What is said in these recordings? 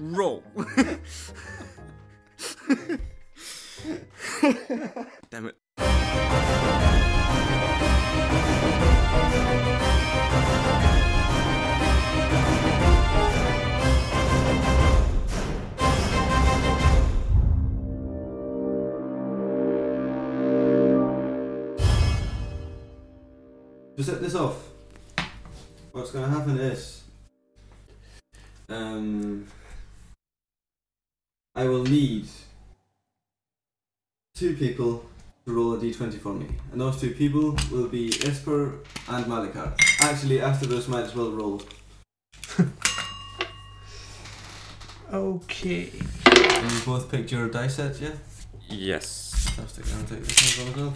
Roll. Damn it. To set this off, what's going to happen is, um, I will need two people to roll a d20 for me, and those two people will be Esper and Malikar. Actually, after this, might as well roll. Okay. And you both picked your dice set, yeah? Yes. Fantastic. I'll take this one as well.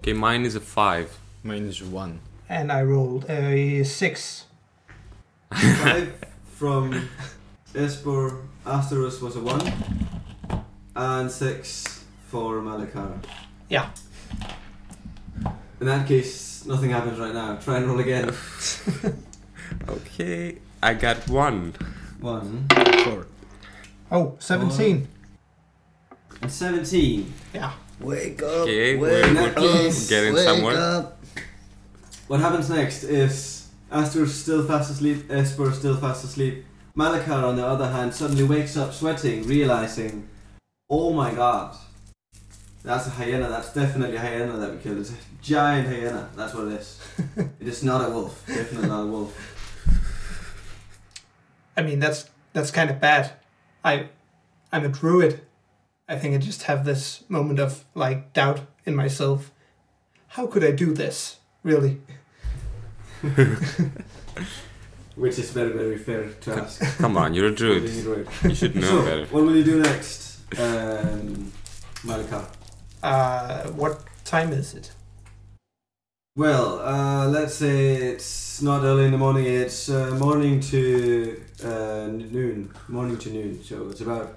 Okay, mine is a five. Minus one. And I rolled a six. Five from Esper Asterus was a one, and six for Malakara. Yeah. In that case, nothing happens right now. Try and roll again. Okay, I got one. One Four. Oh, 17. and seventeen. Yeah. Wake up. Okay, wake we're up. getting- getting wake somewhere. Up. What happens next is Astor still fast asleep, Esper still fast asleep. Malakar, on the other hand, suddenly wakes up sweating, realizing, oh my god, that's a hyena, that's definitely a hyena that we killed. It's a giant hyena, that's what it is. it is not a wolf, definitely not a wolf. I mean, that's that's kind of bad. I, I'm a druid. I think I just have this moment of like doubt in myself. How could I do this? Really? Which is very, very fair to ask. Come on, you're a druid. Druid. You should know so, better. what will you do next, um, Malakar? Uh, what time is it? Well, uh, let's say it's not early in the morning. It's uh, morning to uh, noon. Morning to noon. So it's about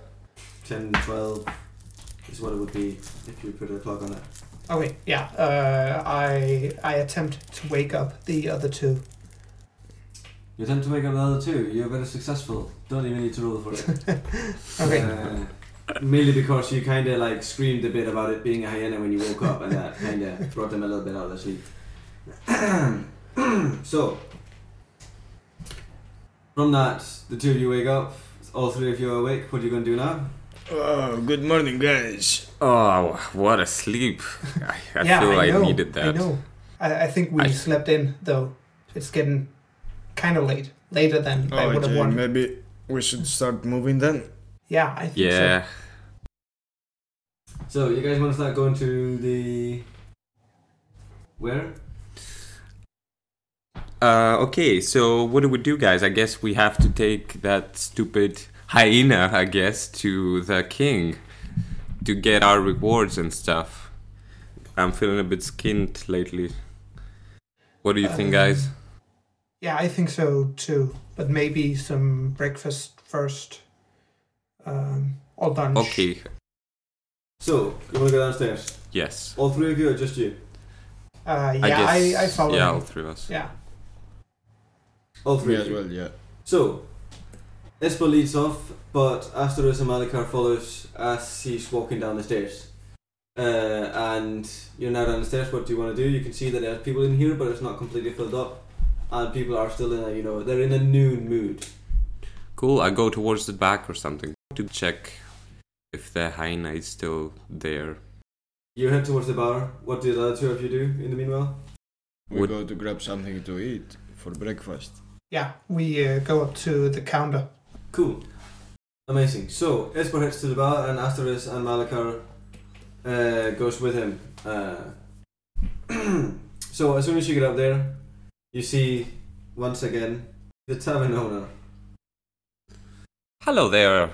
10, 12 is what it would be if you put a clock on it. Okay, Oh, yeah. Uh, I I attempt to wake up the other two. You attempt to wake up the other two. You're very successful. Don't even need to roll for it. Okay. Uh, mainly because you kind of like screamed a bit about it being a hyena when you woke up, and that kind of brought them a little bit out of their sleep. so, from that, the two of you wake up. All three of you are awake. What are you going to do now? Oh, good morning, guys. Oh, what a sleep. I, I yeah, feel I, I, know, needed that. I know. I, I think we I- slept in though. It's getting kind of late, later than Oh, I would have Okay, wanted. maybe we should start moving then. Yeah, I think so. Yeah. So, you guys want to start going to the where? Uh, okay, so what do we do, guys? I guess we have to take that stupid hyena, I guess, to the king to get our rewards and stuff. I'm feeling a bit skinned lately. What do you think, guys? Yeah, I think so too. But maybe some breakfast first, um, or lunch. Okay, So, you want to go downstairs? yes. All three of you, or just you? Uh, I yeah, I, guess. I, follow. Yeah, him. all three of us. Yeah. All three. Me of as you. well, yeah. So, Esper leads off, but Asterus and Malikar follows as he's walking down the stairs. Uh, and you're now down the stairs. What do you want to do? You can see that there's people in here, but it's not completely filled up, and people are still in a you know they're in a noon mood. Cool, I go towards the back or something to check if the hyena is still there. You head towards the bar. What do the other two of you do in the meanwhile? We Would- go to grab something to eat for breakfast. Yeah, we uh, go up to the counter. Cool, amazing. So Esper heads to the bar, and Asterus and Malikar uh, goes with him. Uh, so as soon as you get up there, you see once again the tavern owner. Hello there,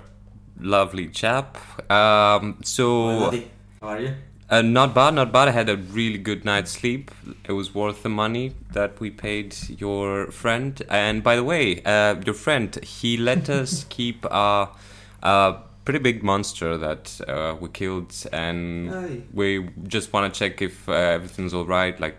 lovely chap. Um, so. Hi, How are you? Uh, not bad, not bad. I had a really good night's sleep. It was worth the money that we paid your friend. And by the way, uh, your friend, he let us keep a, a pretty big monster that uh, we killed, and Hi. we just want to check if uh, everything's all uh, right. Like,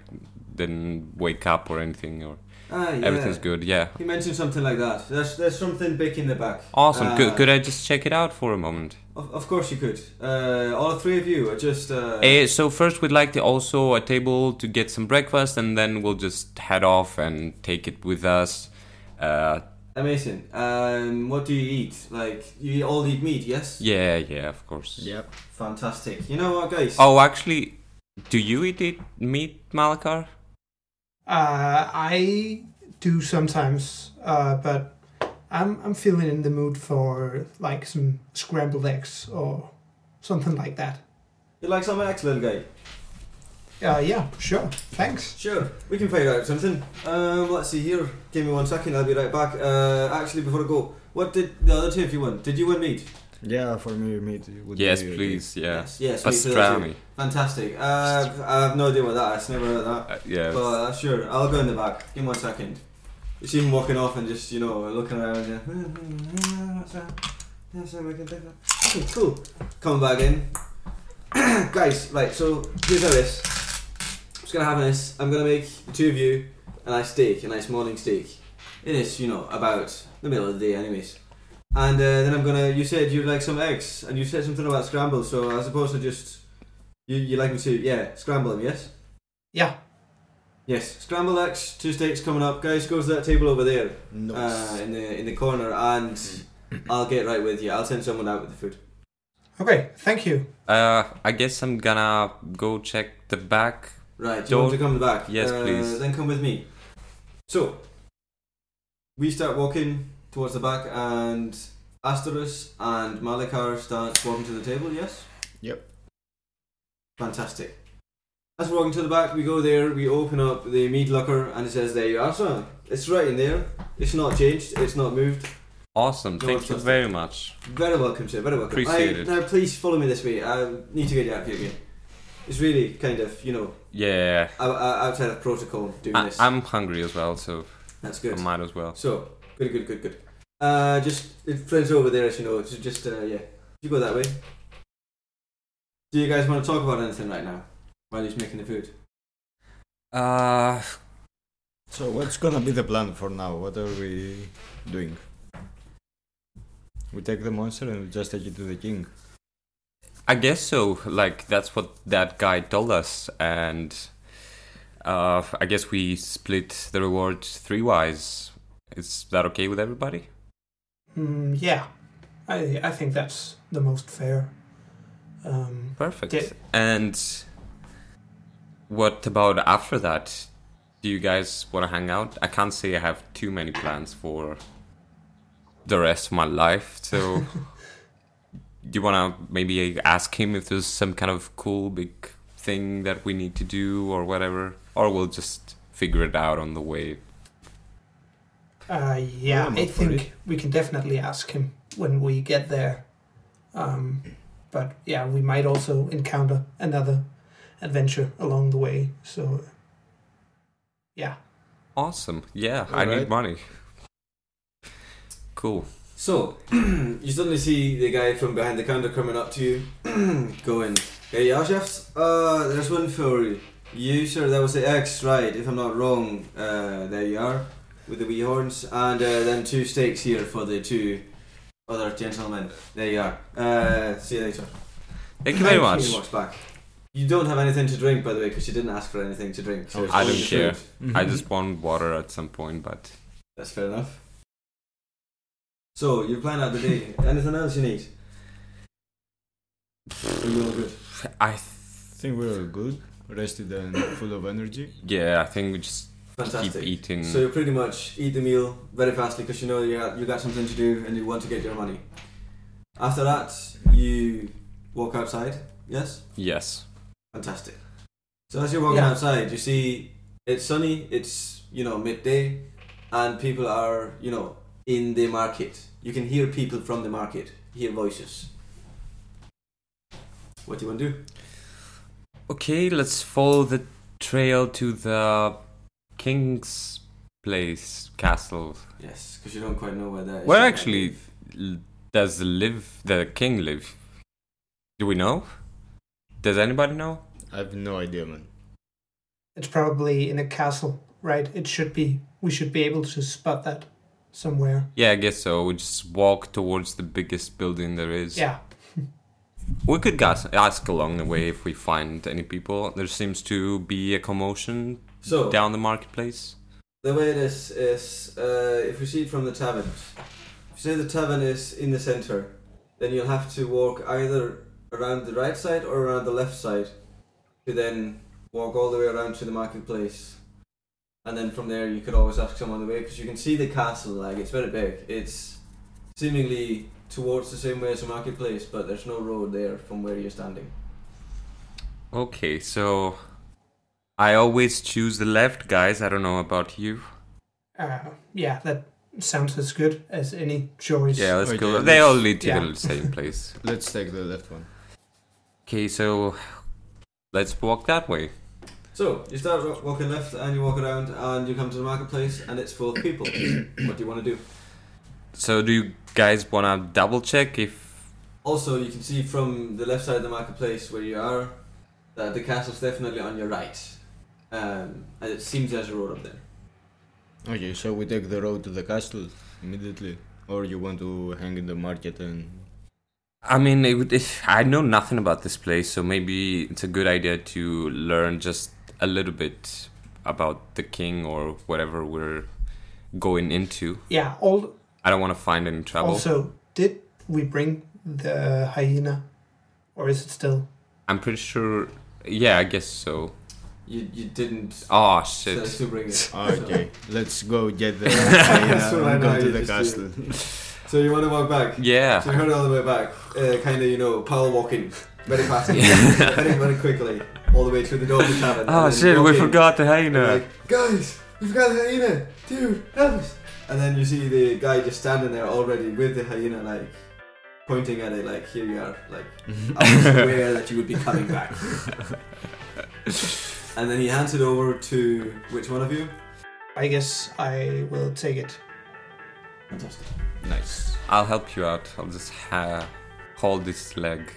didn't wake up or anything, or Ah, yeah. everything's good. Yeah, He mentioned something like that. There's there's something big in the back. awesome. Uh, could, could I just check it out for a moment? Of, of course you could. Uh, all three of you are just. Uh, Eh, so first, we'd like to also a table to get some breakfast, and then we'll just head off and take it with us. Uh, Amazing. Um, what do you eat? Like you all eat meat, yes? yeah, yeah, of course. Yep. Fantastic. You know what, guys? Oh, actually, do you eat it, meat, Malakar? Uh, I do sometimes, uh, but I'm I'm feeling in the mood for like some scrambled eggs or something like that. You like some eggs, little guy? Uh, yeah, sure, thanks. Sure. We can figure out something. Um, let's see here. Give me one second. I'll be right back. Uh, actually, before I go, what did the other two of you win? Did you win meat? Yeah, for me, meat would Yes, be- please. Yeah. Yes. Yes. meat for the other two. Pastrami. Fantastic. Uh, I have no idea what that is. Never heard of that. Uh, yeah. But uh, sure, I'll go in the back. Give me one second. You see him walking off and just, you know, looking around. Yeah. Yeah, so we can take that. Okay, cool. Come back in. Guys, right, so here's how this. I'm just gonna have this. I'm gonna make the two of you a nice steak, a nice morning steak. It is, you know, about the middle of the day, anyways. And uh, then I'm gonna. You said you'd like some eggs, and you said something about scramble, so I suppose I just. You, you like me to, yeah, scramble them, yes? Yeah, Yes, scrambled eggs, two steaks coming up. Guys, go to that table over there uh, Nice. in the in the corner, and Mm. I'll get right with you. I'll send someone out with the food. okay, thank you. Uh, I guess I'm gonna go check the back. Right, do you want to Don't- come back? Yes, Uh, please. Then come with me. So, we start walking towards the back, and Asterisk and Malakar start walking to the table. Yes. Yep. Fantastic. As we're walking to the back, we go there, we open up the meat locker, and it says, There you are, sir. It's right in there. It's not changed, it's not moved. Awesome. No, Thank it's you just- very much. Very welcome, sir. Very welcome. Appreciate I, it. Now, please follow me this way. I need to get you out of here again. It's really kind of, you know, Yeah. o- o- outside of protocol doing I- this. I'm hungry as well, so That's I good. might as well. So, good, good, good, good. Uh, just it friends over there, as you know. So just uh, yeah, you go that way. Do you guys want to talk about anything right now while he's making the food? Uh, So, what's gonna be the plan for now? What are we doing? We take the monster and we just take it to the king. I guess so. Like that's what that guy told us, and uh, I guess we split the reward three wise. Is that okay with everybody? Mm, yeah, I I think that's the most fair. Um, Perfect. Yeah. And what about after that? Do you guys want to hang out? I can't say I have too many plans for the rest of my life, so do you want to maybe ask him if there's some kind of cool big thing that we need to do or whatever? Or we'll just figure it out on the way. uh, yeah, I'm I up for think we can definitely ask him when we get there. Um, but yeah, we might also encounter another adventure along the way. So uh, yeah, Awesome. Yeah, I need Alright. money. Cool. So you suddenly see the guy from behind the counter coming up to you, going, "Hey, yeah, chefs. Uh, there's one for you, sir. That was the X, right? If I'm not wrong, uh, there you are, with the wee horns, and uh, then two steaks here for the two other gentlemen. There you are. Uh, see you later." Thank you very Thank much. He walks back. You don't have anything to drink, by the way, because you didn't ask for anything to drink. Oh, it's I all don't your care. food. I just want water at some point, but That's fair enough. So you plan out the day. Anything else you need? Are you all good? I th- think we're all good, rested and full of energy. yeah, I think we just Fantastic. keep eating. So you pretty much eat the meal very fastly because you know you got, you got something to do and you want to get your money. After that, you walk outside. Yes. yes. Fantastic. So as you're walking Yeah. outside, you see it's sunny, it's you know midday, and people are you know in the market. You can hear people from the market, hear voices. What do you want to do? Okay, let's follow the trail to the king's place castle. Yes, because you don't quite know where that is. Where actually l- does the live the king live? Do we know? Does anybody know? I have no idea, man. It's probably in a castle, right? It should be. We should be able to spot that somewhere. Yeah, I guess so. We just walk towards the biggest building there is. Yeah. We could gas- ask along the way if we find any people. There seems to be a commotion So down the marketplace. the way it is is uh, if you see it from the tavern, if you say the tavern is in the center, then you'll have to walk either around the right side or around the left side to then walk all the way around to the marketplace. And then from there, you could always ask someone the way because you can see the castle. Like it's very big. It's seemingly towards the same way as the marketplace, but there's no road there from where you're standing. Okay, so I always choose the left, guys. I don't know about you. Uh, yeah, that sounds as good as any choice. Yeah, let's go. Okay, They all let's- lead to yeah. the same place. Let's take the left one. Okay, so let's walk that way. So you start wa- walking left, and you walk around, and you come to the marketplace, and it's full of people. what do you want to do? So, do you guys want to double check if. Also, you can see from the left side of the marketplace where you are that the castle's definitely on your right, um, and it seems there's a road up there. Okay, so we take the road to the castle immediately, or you want to hang in the market and I mean, it would, if, I know nothing about this place, so maybe it's a good idea to learn just a little bit about the king or whatever we're going into. Yeah. All, I don't want to find any trouble. also, did we bring the hyena, or is it still? I'm pretty sure. Yeah, I guess so. You you didn't. Oh, So I shit. still bring it. Ah, okay, let's go get the So yeah, right and now go to you the just do castle. So you want to walk back? So Yeah. you heard all the way back, uh, kind of you know power walking, very fast, very very quickly, all the way through the door of the tavern. Oh, and then shit, we walking. forgot the They're hyena. Like, guys, we forgot the hyena, dude, help us! And then you see the guy just standing there already with the hyena, like pointing at it, like here you are, like I was aware that you would be coming back. and then he hands it over to which one of you? I guess I will take it. Fantastic. nice. I'll help you out. I'll just ha- hold this leg.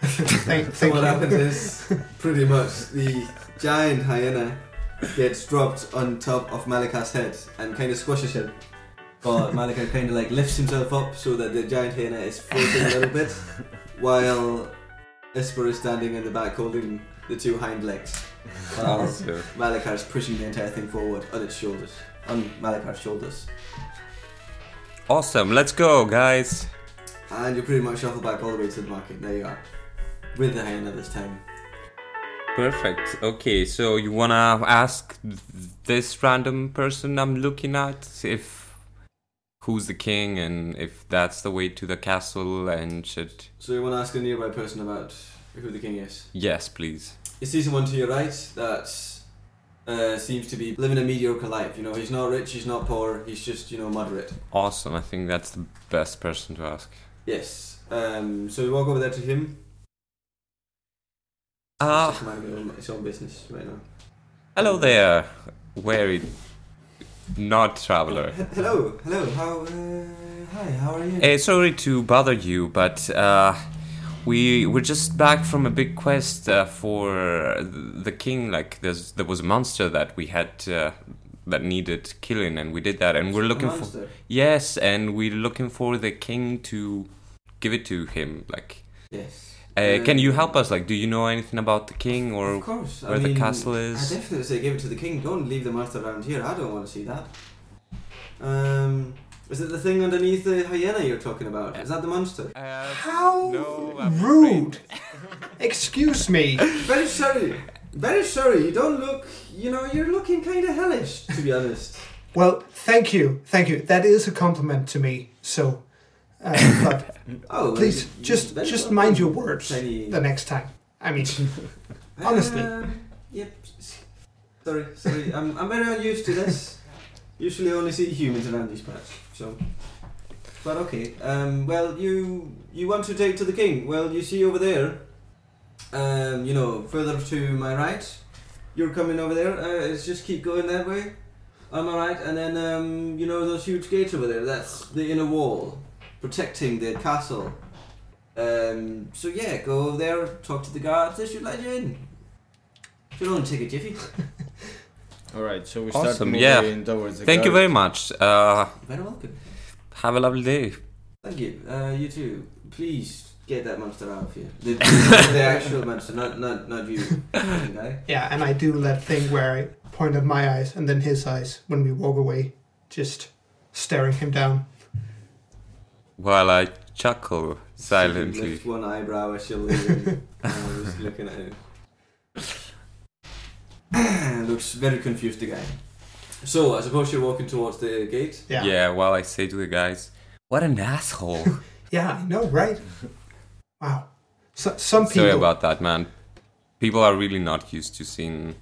Thank, So thank what you. happens is pretty much the giant hyena gets dropped on top of Malika's head and kind of squashes him. But Malika kind of like lifts himself up so that the giant hyena is floating a little bit, while Esper is standing in the back holding the two hind legs. While Also. Malika is pushing the entire thing forward on its shoulders, on Malika's shoulders. Awesome. Let's go, guys. And you pretty much shuffle back all the way to the market. There you are, with the hyena this time. Perfect. Okay, so you wanna ask th- this random person I'm looking at if who's the king and if that's the way to the castle and shit. So you want to ask a nearby person about who the king is? Yes, please. You see someone to your right that uh, seems to be living a mediocre life. You know, he's not rich, he's not poor, he's just, you know, moderate. Awesome. I think that's the best person to ask. Yes. Um, so we walk over there to him. Ah, He's just minding his own- his own business right now. hello there, wary not traveler. He- hello, hello, how, uh, hi, how are you? Eh, sorry to bother you, but uh, we we're just back from a big quest uh, for the king. Like there's there was a monster that we had uh, that needed killing, and we did that. And we're looking for Monster. yes, and we're looking for the king to give it to him. Like, Yes. uh, Uh, can you help us? Like, do you know anything about the king or Of course. I where the mean, castle I is? definitely say give it to the king. Don't leave the monster around here. I don't want to see that. Um, is it the thing underneath the hyena you're talking about? Is that the monster? Uh, How No, I'm afraid. rude! Excuse me. Very sorry. Very sorry. You don't look. You know, you're looking kind of hellish, to be honest. Well, thank you, thank you. That is a compliment to me. So, uh, but Oh, please, you- just very just well mind done. your words Tiny- the next time. I mean, honestly. Um, yep. s- Sorry, sorry. I'm I'm very unused to this. Usually, I only see humans around these parts. So, but okay. Um, well, you you want to take to the king? Well, you see over there. Um, you know, further to my right. You're coming over there. Uh, it's just keep going that way. On my right, and then um, you know those huge gates over there. That's the inner wall, protecting the castle. Um, so yeah, go over there, talk to the guards. They should let you in. Should only take a jiffy. All right, so we start Awesome, moving yeah. towards the Thank you guard. very much. Uh, Very welcome. have a lovely day. Thank you. Uh, you too. Please get that monster out of here. The, the actual monster, not not not you, fucking guy. Yeah, and I do that thing where I point at my eyes and then his eyes when we walk away, just staring him down. While I chuckle She silently. lifts one eyebrow as she leaves, and I was looking at him. Looks very confused, the guy. So I suppose you're walking towards the gate. Yeah. Yeah. while I say to the guys, what an asshole. Yeah, I know, right? Wow. So, some people. Sorry about that, man. People are really not used to seeing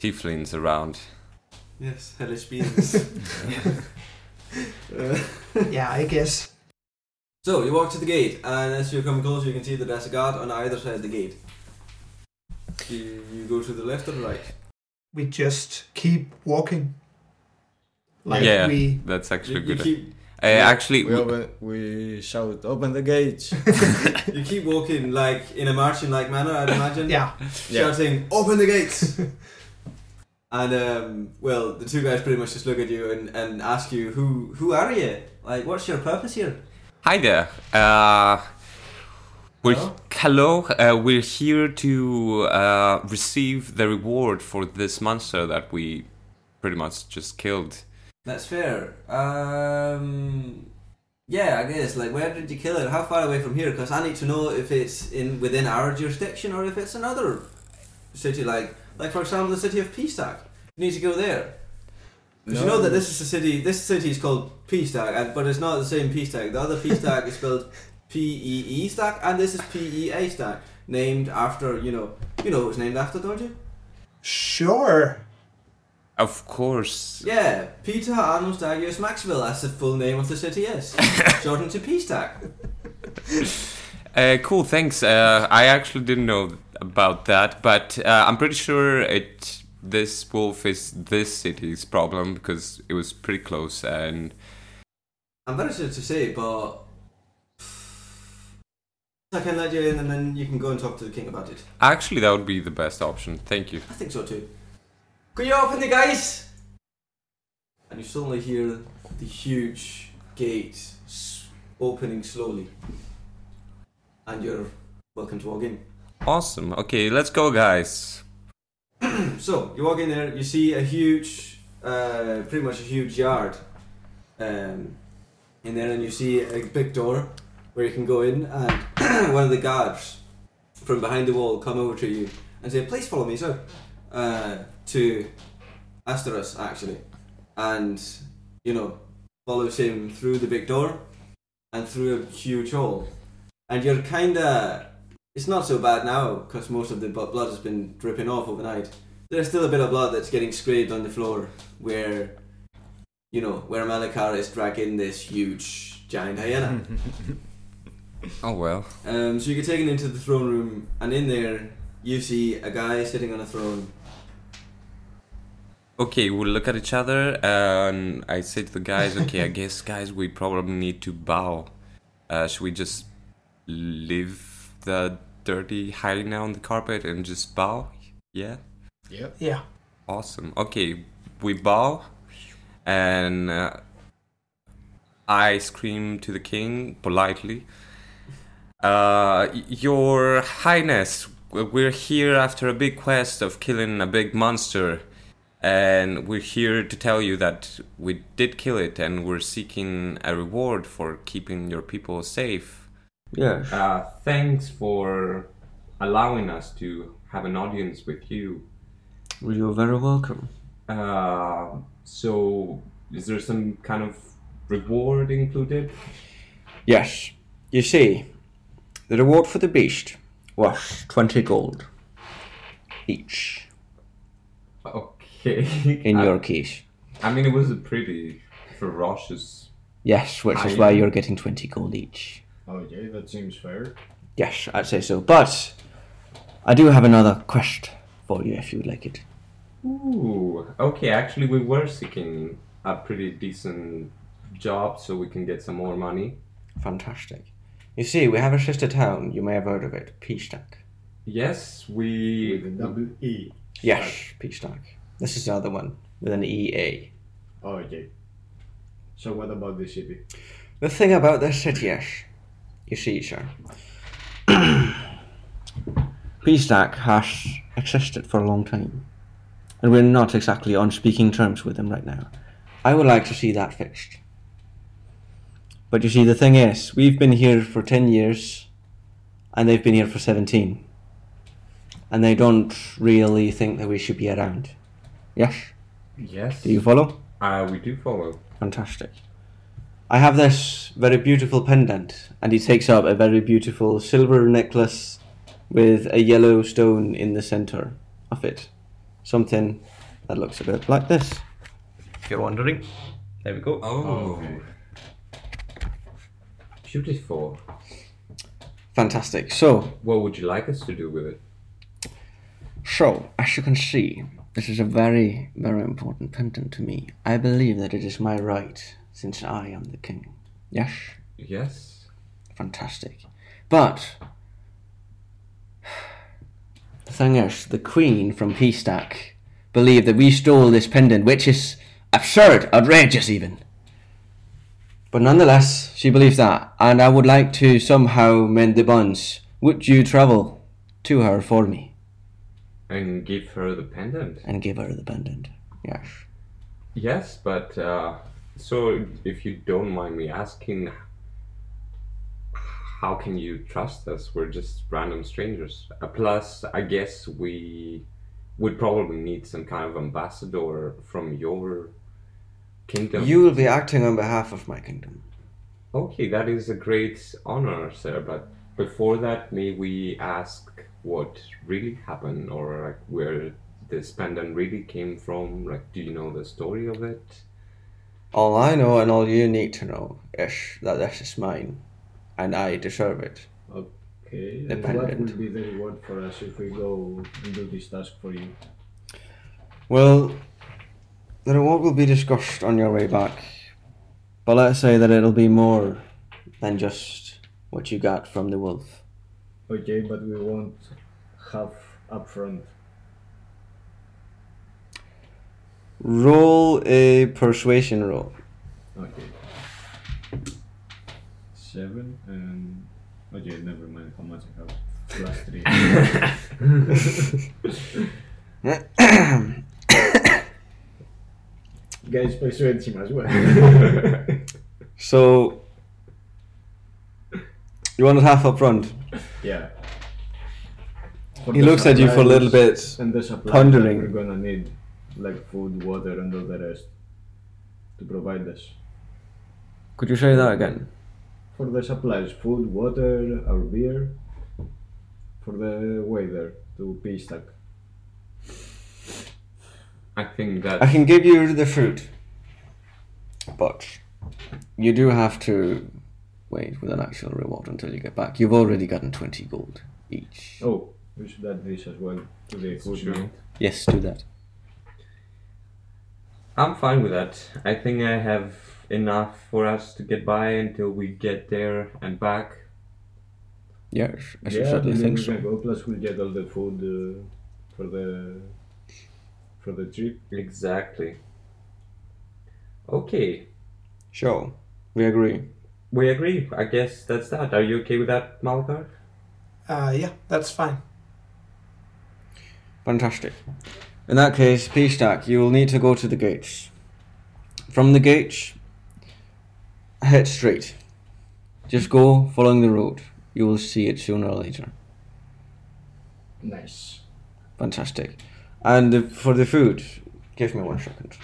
tieflings around. Yes, hellish beings. Uh, yeah, I guess. so you walk to the gate, and as you come closer, you can see that there's a guard on either side of the gate. Do you go to the left or the right? we just keep walking. Like Yeah. we That's actually You, you good. keep Uh, actually, We, open, we shout, open the gates. you keep walking like in a marching like manner, I'd imagine. yeah. Yeah. shouting, "Open the gates!" and um, well, the two guys pretty much just look at you and, and ask you, "Who who are you? Like, what's your purpose here?" Hi there. Uh, we're Hello? hello. Uh, we're here to uh, receive the reward for this monster that we pretty much just killed. That's fair. Um, yeah, I guess. Like, where did you kill it? How far away from here? Because I need to know if it's in within our jurisdiction or if it's another city. Like, like for example, the city of Peastack. You need to go there. Because you know that this is a city. This city is called Peastack, and but it's not the same Peastack. The other Peastack is spelled P E E Stack, and this is P E A Stack, named after you know you know who it's named after, don't you? Sure. Of course. Yeah, Peter Arnold Stagius Maxwell. That's the full name of the city. Is shortened to Peastack. Uh, cool. Thanks. Uh, I actually didn't know about that, but uh, I'm pretty sure it. This wolf is this city's problem because it was pretty close, and I'm very sorry to say, but I can let you in, and then you can go and talk to the king about it. actually that would be the best option. Thank you. I think so too. Could you open the guys? And you suddenly hear the huge gate s- opening slowly. And you're welcome to walk in. Awesome. Okay, let's go, guys. So you walk in there, you see a huge, uh, pretty much a huge yard, um, in there, and you see a big door where you can go in, and one of the guards from behind the wall come over to you and say, "Please follow me, sir," uh, to Asterus actually, and you know follows him through the big door and through a huge hall, and you're kinda. It's not so bad now because most of the bu- blood has been dripping off overnight there's still a bit of blood that's getting scraped on the floor where you know where Malakar is dragging this huge giant hyena. Oh well. Um, so you get taken into the throne room, and in there you see a guy sitting on a throne. Okay, we look at each other and I say to the guys, okay, I guess, guys, we probably need to bow. Uh, should we just leave the dirty hyena on the carpet and just bow? Yeah? Yeah. Yeah. Awesome. Okay, we bow and uh, I scream to the king politely. Uh, y- Your Highness, we're here after a big quest of killing a big monster, and we're here to tell you that we did kill it and we're seeking a reward for keeping your people safe. Yeah. Uh, thanks for allowing us to have an audience with you. Well, you're very welcome. Uh, so is there some kind of reward included? Yes, you see, the reward for the beast was 20 gold each Okay. in I, your case. I mean, it was a pretty ferocious. Yes, which I- is why you're getting 20 gold each. Okay, that seems fair. Yes, I'd say so. But I do have another quest for you if you would like it. Ooh. Okay. Actually, we were seeking a pretty decent job so we can get some more money. Fantastic. You see, we have a sister town, you may have heard of it, Peastack. Yes, we. With a double E. Yes, Peastack. This is the other one with an E EA. Oh, okay. So what about the city? The thing about this city is, you see, sir, Beestack has existed for a long time, and we're not exactly on speaking terms with him right now. I would like to see that fixed. But you see, the thing is, we've been here for 10 years, and they've been here for 17. And they don't really think that we should be around. Yes? Yes. Do you follow? Uh, we do follow. Fantastic. I have this very beautiful pendant, and he takes up a very beautiful silver necklace with a yellow stone in the center of it. Something that looks a bit like this. If you're wondering, there we go. Oh. okay. Beautiful. Fantastic. So, What would you like us to do with it? So, as you can see, this is a very, very important pendant to me. I believe that it is my right, since I am the king. Yes? Yes. Fantastic. But, the thing is, the queen from Peastack believed that we stole this pendant, which is absurd, outrageous even. But nonetheless, she believes that, and I would like to somehow mend the bonds. Would you travel to her for me? And give her the pendant. and give her the pendant. Yes. Yes, but uh, so if you don't mind me asking, how can you trust us? We're just random strangers. Uh, plus, I guess we would probably need some kind of ambassador from your kingdom. You will be acting on behalf of my kingdom. Okay, that is a great honor, sir. But before that, may we ask what really happened, or like where this pendant really came from? Like, do you know the story of it? All I know and all you need to know is that this is mine, and I deserve it. Okay. The and what pendant. would be the reward for us if we go and do this task for you? Well, the reward will be discussed on your way back, but let's say that it'll be more than just what you got from the wolf. Okay, but we won't have upfront. Roll a persuasion roll. Okay. Seven and okay, never mind how much I have. Plus three. Guys, persuade him as well. So, you want it half up front? yeah. For He the looks at you for a little supplies bit. And the supplies pondering. that we're gonna need, like food, water, and all the rest, to provide us. Could you say that again? For the supplies, food, water, our beer, for the weather to be stuck. I think that I can give you the fruit, but you do have to wait with an actual reward until you get back. You've already gotten 20 gold each. Oh, we should add this as well to the It's food. true. Yes, do that. I'm fine with that. I think I have enough for us to get by until we get there and back. Yes, I should Yeah, certainly and then think we so. can go. Plus, we'll get all the food uh, for the for the trip. Exactly. Okay, Sure, we agree. we agree. I guess that's that. Are you okay with that, Malakar? Uh, yeah, that's fine. Fantastic. In that case, P-Stack, you will need to go to the gates. From the gates, head straight. Just go following the road. You will see it sooner or later. Nice. Fantastic. And the, for the food, give me one second.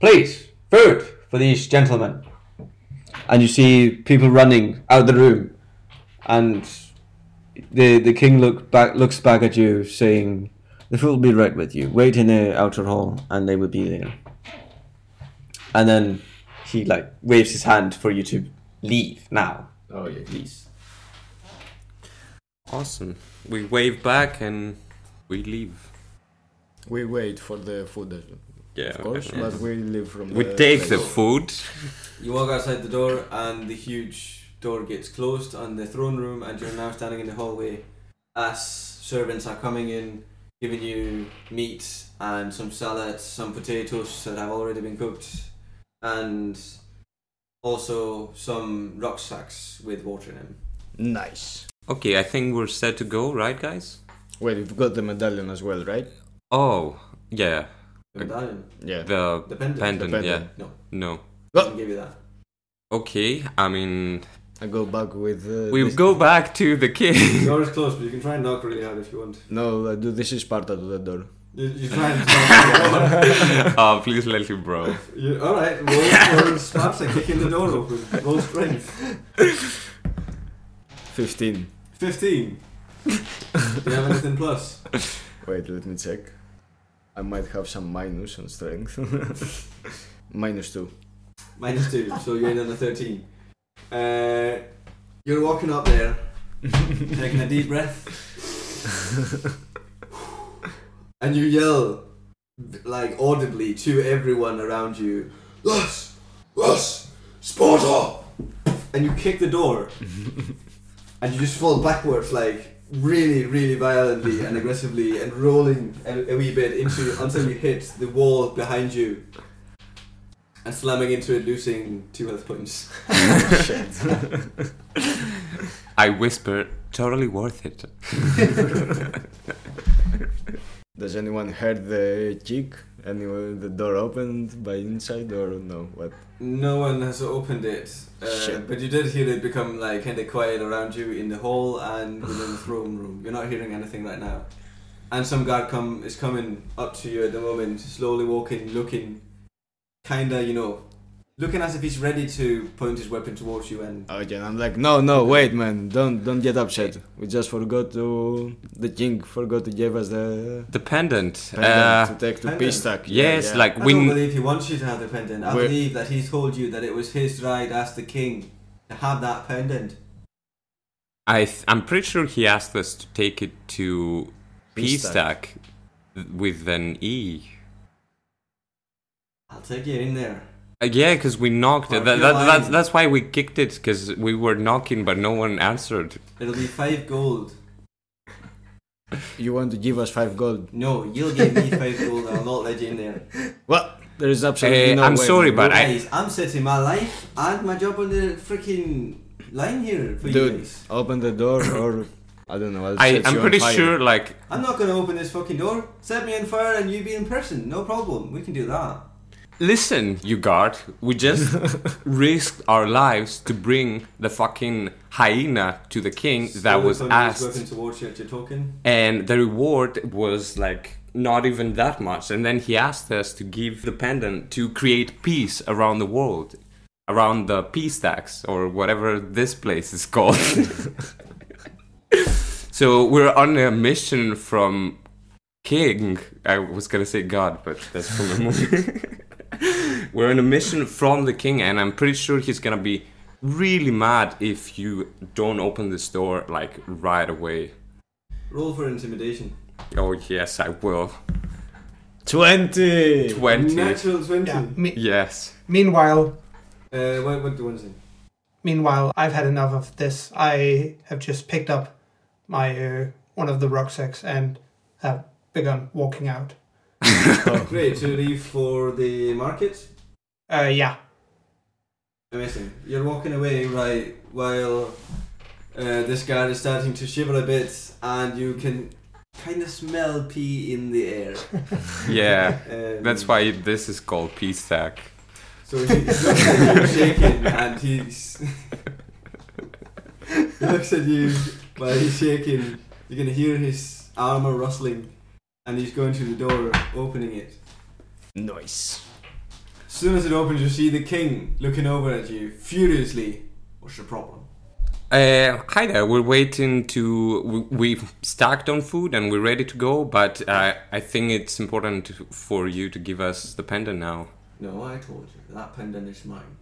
Please, food for these gentlemen. And you see people running out the room, and the the king look back looks back at you, saying, "The food will be right with you. Wait in the outer hall, and they will be there." And then he like waves his hand for you to leave now, Oh yeah. please. Awesome. We wave back and we leave. We wait for the food, as well, Yeah, of course, okay. but we leave from we the take the place. food. You walk outside the door, and the huge door gets closed on the throne room, and you're now standing in the hallway as servants are coming in. giving you meat and some salads, some potatoes that have already been cooked, and also some rucksacks with water in them. Nice. Okay, I think we're set to go, right, guys? Wait, you've got the medallion as well, right? Oh, yeah. The medallion. Yeah. The The pendant. pendant, The yeah. pendant. No. No. I didn't give you that. Okay, I mean, I go back with. Uh, we this- go back to the king. Yours is close, but you can try and knock really hard if you want. No, I do this is Sparta to the door. You, you try and knock really hard. oh, please let him, bro. You- Alright, roll for slaps and kicking the door open. Roll strength. 15. 15. Do you have anything plus? Wait, let me check. I might have some minus on strength. minus 2. Minus 2, so you end on a 13. Uh, you're walking up there, taking a deep breath, and you yell, like, audibly to everyone around you, Lus! Lus! Sparta! And you kick the door, and you just fall backwards, like, really, really violently and aggressively, and rolling a, a wee bit into until you hit the wall behind you. And slamming into it, losing two health points. I whisper, totally worth it. Does anyone heard the kick? Anyone, the door opened by inside or no? What? No one has opened it, uh, Shit. but you did hear it become like kind of quiet around you in the hall and within the throne room. You're not hearing anything right now, and some guard come is coming up to you at the moment, slowly walking, looking, kinda you know, looking as if he's ready to point his weapon towards you. And Okay, and Oh, I'm like, no, no, wait, man, don't, don't get upset. We just forgot to, the king forgot to give us the The pendant. pendant uh, to take to pendant. Pistak. yes, like I we. don't believe he wants you to have the pendant. I We're- believe that he told you that it was his right as the king to have that pendant. I th- I'm pretty sure he asked us to take it to P P-Stack. stack with an E. I'll take you in there. Uh, yeah, because we knocked. Oh, it. That, you're that, that's, lying. that's why we kicked it, because we were knocking, but no one answered. It'll be five gold. you want to give us five gold. No, you'll give me five gold. I'll not let you in there. What? There is absolutely Eh, no I'm way, sorry, man. but I- guys, I'm setting my life and my job on the freaking line here for you Dude, guys. open the door or I don't know. I'll I, set you I'm on pretty fire. sure, like, I'm not gonna open this fucking door. Set me on fire and you be in prison. No problem. We can do that. listen, you guard, we just risked our lives to bring the fucking hyena to the king that was asked. towards you as you're talking. and the reward was like not even that much and then he asked us to give the pendant to create peace around the world around the peace tax or whatever this place is called so we're on a mission from king i was gonna say god but that's from the movie we're on a mission from the king and i'm pretty sure he's gonna be really mad if you don't open this door like right away Roll for intimidation. Oh yes, I will. 20! Twenty. Natural twenty. Yeah. Me- Yes. meanwhile, Uh, what what do you want to say? meanwhile, I've had enough of this. I have just picked up my uh, one of the rucksacks and have begun walking out. Oh, Great. So you leave for the market. Uh, yeah, Amazing. You're walking away right while uh, this guy is starting to shiver a bit, and you can kind of smell pee in the air. Yeah. Um, That's why this is called peace stack. So he he looks at you shaking, and he's he looks at you while he's shaking. You can hear his armor rustling, and he's going to the door, opening it. Nice. As soon as it opens, you see the king looking over at you furiously. What's your problem? Uh, hi there. We're waiting to. We, we've stacked on food and we're ready to go, but uh, I think it's important for you to give us the pendant now. No, I told you that pendant is mine.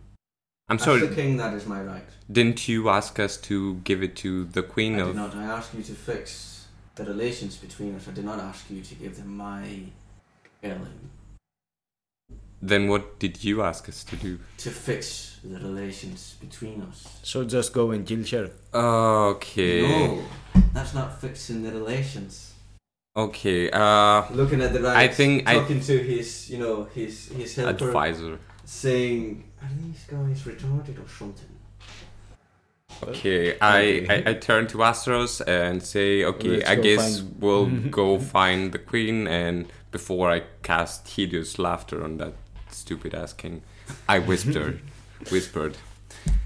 I'm As sorry. the king, that is my right. Didn't you ask us to give it to the queen I of? did not. I asked you to fix the relations between us. I did not ask you to give them my heirloom. Then what did you ask us to do? To fix the relations between us. So just go and kill her. Okay. No, that's not fixing the relations. Okay. Uh, Looking at the right, I think I- talking to his, you know, his his helper, advisor. saying, "Are these guys retarded or something?" Okay, I, I, I turn to Astros and say, okay, Let's I go guess find- we'll go find the queen. And before I cast hideous laughter on that stupid ass king, I whispered, whispered.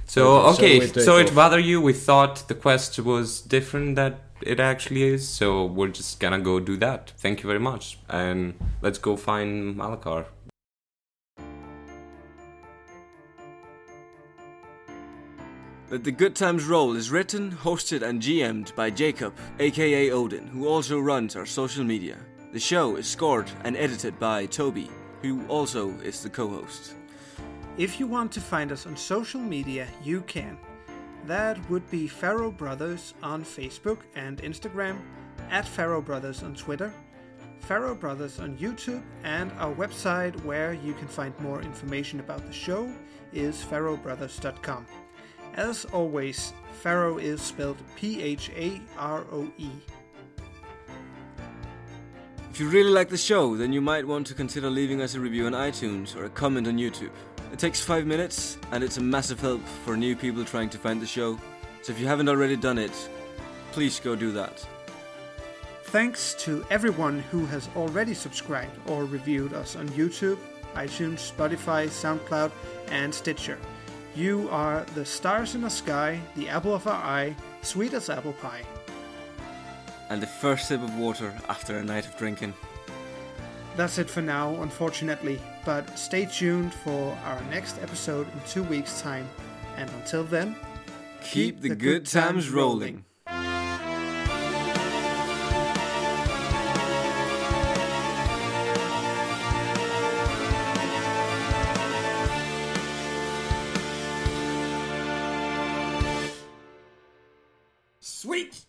So Okay, so okay, we so, take it off. bother you? We thought the quest was different that it actually is. So we're just gonna go do that. Thank you very much, and let's go find Malakar. That the Good Times Roll is written, hosted, and GM'd by Jacob, aka Odin, who also runs our social media. The show is scored and edited by Toby, who also is the co host. If you want to find us on social media, you can. That would be Pharaoh Brothers on Facebook and Instagram, at Pharaoh Brothers on Twitter, Pharaoh Brothers on YouTube, and our website where you can find more information about the show is pharaohbrothers.com. As always, Pharaoh is spelled P H A R O E. If you really like the show, then you might want to consider leaving us a review on iTunes or a comment on YouTube. It takes five minutes, and it's a massive help for new people trying to find the show. So if you haven't already done it, please go do that. Thanks to everyone who has already subscribed or reviewed us on YouTube, iTunes, Spotify, SoundCloud, and Stitcher. You are the stars in the sky, the apple of our eye, sweet as apple pie. And the first sip of water after a night of drinking. That's it for now, unfortunately, but stay tuned for our next episode in two weeks' time. And until then, Keep the good times rolling. Sweet!